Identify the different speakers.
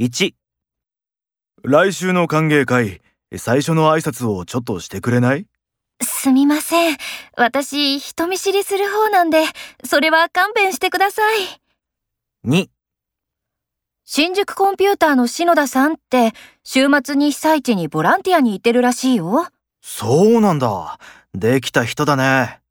Speaker 1: 1、
Speaker 2: 来週の歓迎会、最初の挨拶をちょっとしてくれない
Speaker 3: すみません。私、人見知りする方なんで、それは勘弁してください。
Speaker 1: 2、
Speaker 3: 新宿コンピューターの篠田さんって、週末に被災地にボランティアに行ってるらしいよ。
Speaker 2: そうなんだ。できた人だね。